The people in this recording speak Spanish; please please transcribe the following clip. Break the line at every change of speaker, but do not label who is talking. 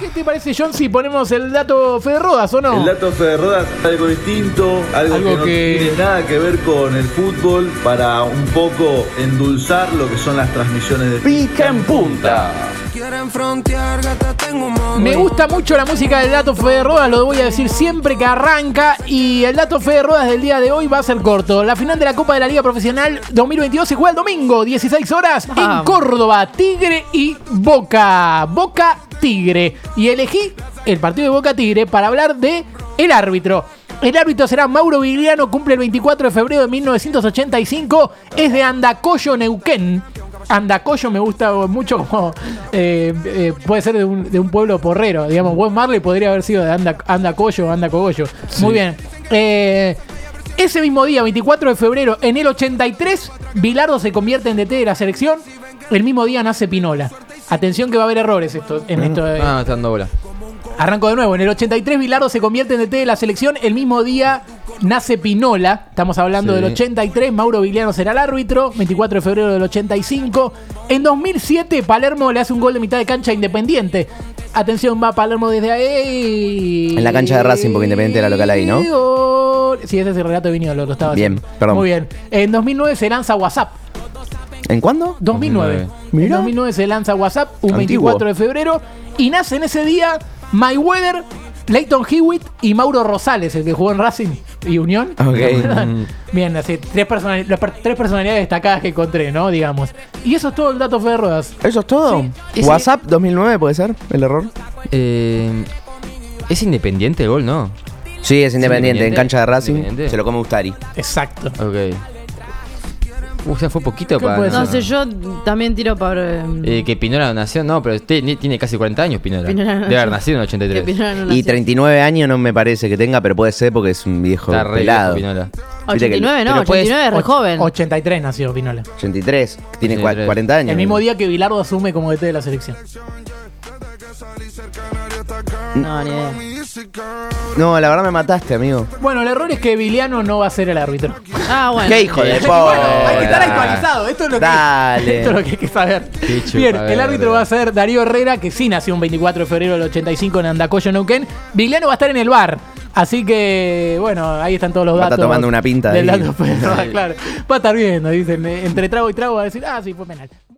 ¿Qué te parece, John, si ponemos el dato Fede Rodas o no?
El dato Fede Rodas algo distinto, algo,
Algo
que no
que-
tiene nada que ver con el fútbol, para un poco endulzar lo que son las transmisiones de
Pica en punta.
Quieren frontear, gata, tengo un modo.
Me gusta mucho la música del Dato Fede Rodas, lo voy a decir siempre que arranca. Y el Dato Fede Rodas del día de hoy va a ser corto. La final de la Copa de la Liga Profesional 2022 se juega el domingo, 16 horas, en
Vamos.
Córdoba. Tigre y Boca. Boca Tigre. Y elegí el partido de Boca Tigre para hablar de el árbitro. El árbitro será Mauro Vigliano, cumple el 24 de febrero de 1985, es de Andacollo, Neuquén. Andacollo me gusta mucho como eh, eh, puede ser de un, de un pueblo porrero, digamos, Buen Marley podría haber sido de Anda, Andacollo o Andacogollo. Muy bien. Eh, ese mismo día, 24 de febrero, en el 83, Bilardo se convierte en DT de la selección. El mismo día nace Pinola. Atención que va a haber errores esto, en esto. eh, de-
Eh,
Ah, está dando bola.
Arranco de nuevo. En el 83 Bilardo se convierte en DT de la selección. El mismo día nace Pinola. Estamos hablando
Sí.
del 83. Mauro Vigliano será el árbitro. 24 de febrero del 85. En 2007 Palermo le hace un gol de mitad de cancha a Independiente. Atención, va Palermo desde ahí.
En la cancha de Racing, porque Independiente era local ahí, ¿no?
Gol. Sí, ese es el relato de Viñolo, lo estaba
Bien,
haciendo.
perdón.
Muy bien. En 2009 se lanza WhatsApp.
¿En cuándo?
2009.
2009.
En
Mirá.
2009 se lanza WhatsApp un
Antiguo.
24 de febrero y nace en ese día Mayweather, Leighton Hewitt y Mauro Rosales, el que jugó en Racing y Unión.
Ok.
¿Se acuerdan? Bien, así, tres, personali- las per- tres personalidades destacadas que encontré, ¿no? Digamos. Y eso es todo el dato Fede Rodas.
¿Eso es todo?
Sí. Y sí.
¿WhatsApp 2009 puede ser el error?
Eh, ¿Es independiente el gol, no?
Sí, es independiente. En
Independiente.
cancha de Racing
Independiente.
se lo come Ustari.
Exacto.
Ok. Uh, o sea, fue poquito
¿Qué
para.
puede
No sé, yo también tiro por. eh,
Eh, que Pinola nació, no, pero te- ni- tiene casi 40 años Pinola.
Pinola no
Debe haber
nació.
nacido en el
que
83.
Pinola no
Y
nació.
39 años no me parece que tenga, pero puede ser porque es un viejo
Está re viejo
pelado.
Pinola.
Viste que el-
89, no,
pero puedes-
89 es re
Och-
joven.
83 nació Pinola.
83, tiene cua-
83.
40 años.
El mismo día que Bilardo asume como DT de la selección.
No, ni idea.
No, la verdad me mataste, amigo.
Bueno, el error es que Viliano no va a ser el árbitro.
Ah, bueno.
¿Qué hijo de
Bueno, hay que estar
pobre?
actualizado. Esto es lo que,
Dale.
esto es lo que hay que saber.
Qué chupa
Bien, el
verde.
árbitro va a ser Darío Herrera, que sí nació un 24 de febrero del 85 en Andacollo, Neuquén. Vigliano va a estar en el bar. Así que, bueno, ahí están todos los
Va a
datos.
estar tomando una pinta
del
ahí.
dato, pero, claro. Va a estar viendo, dicen. eh, Entre trago y trago va a decir, ah, sí, fue penal.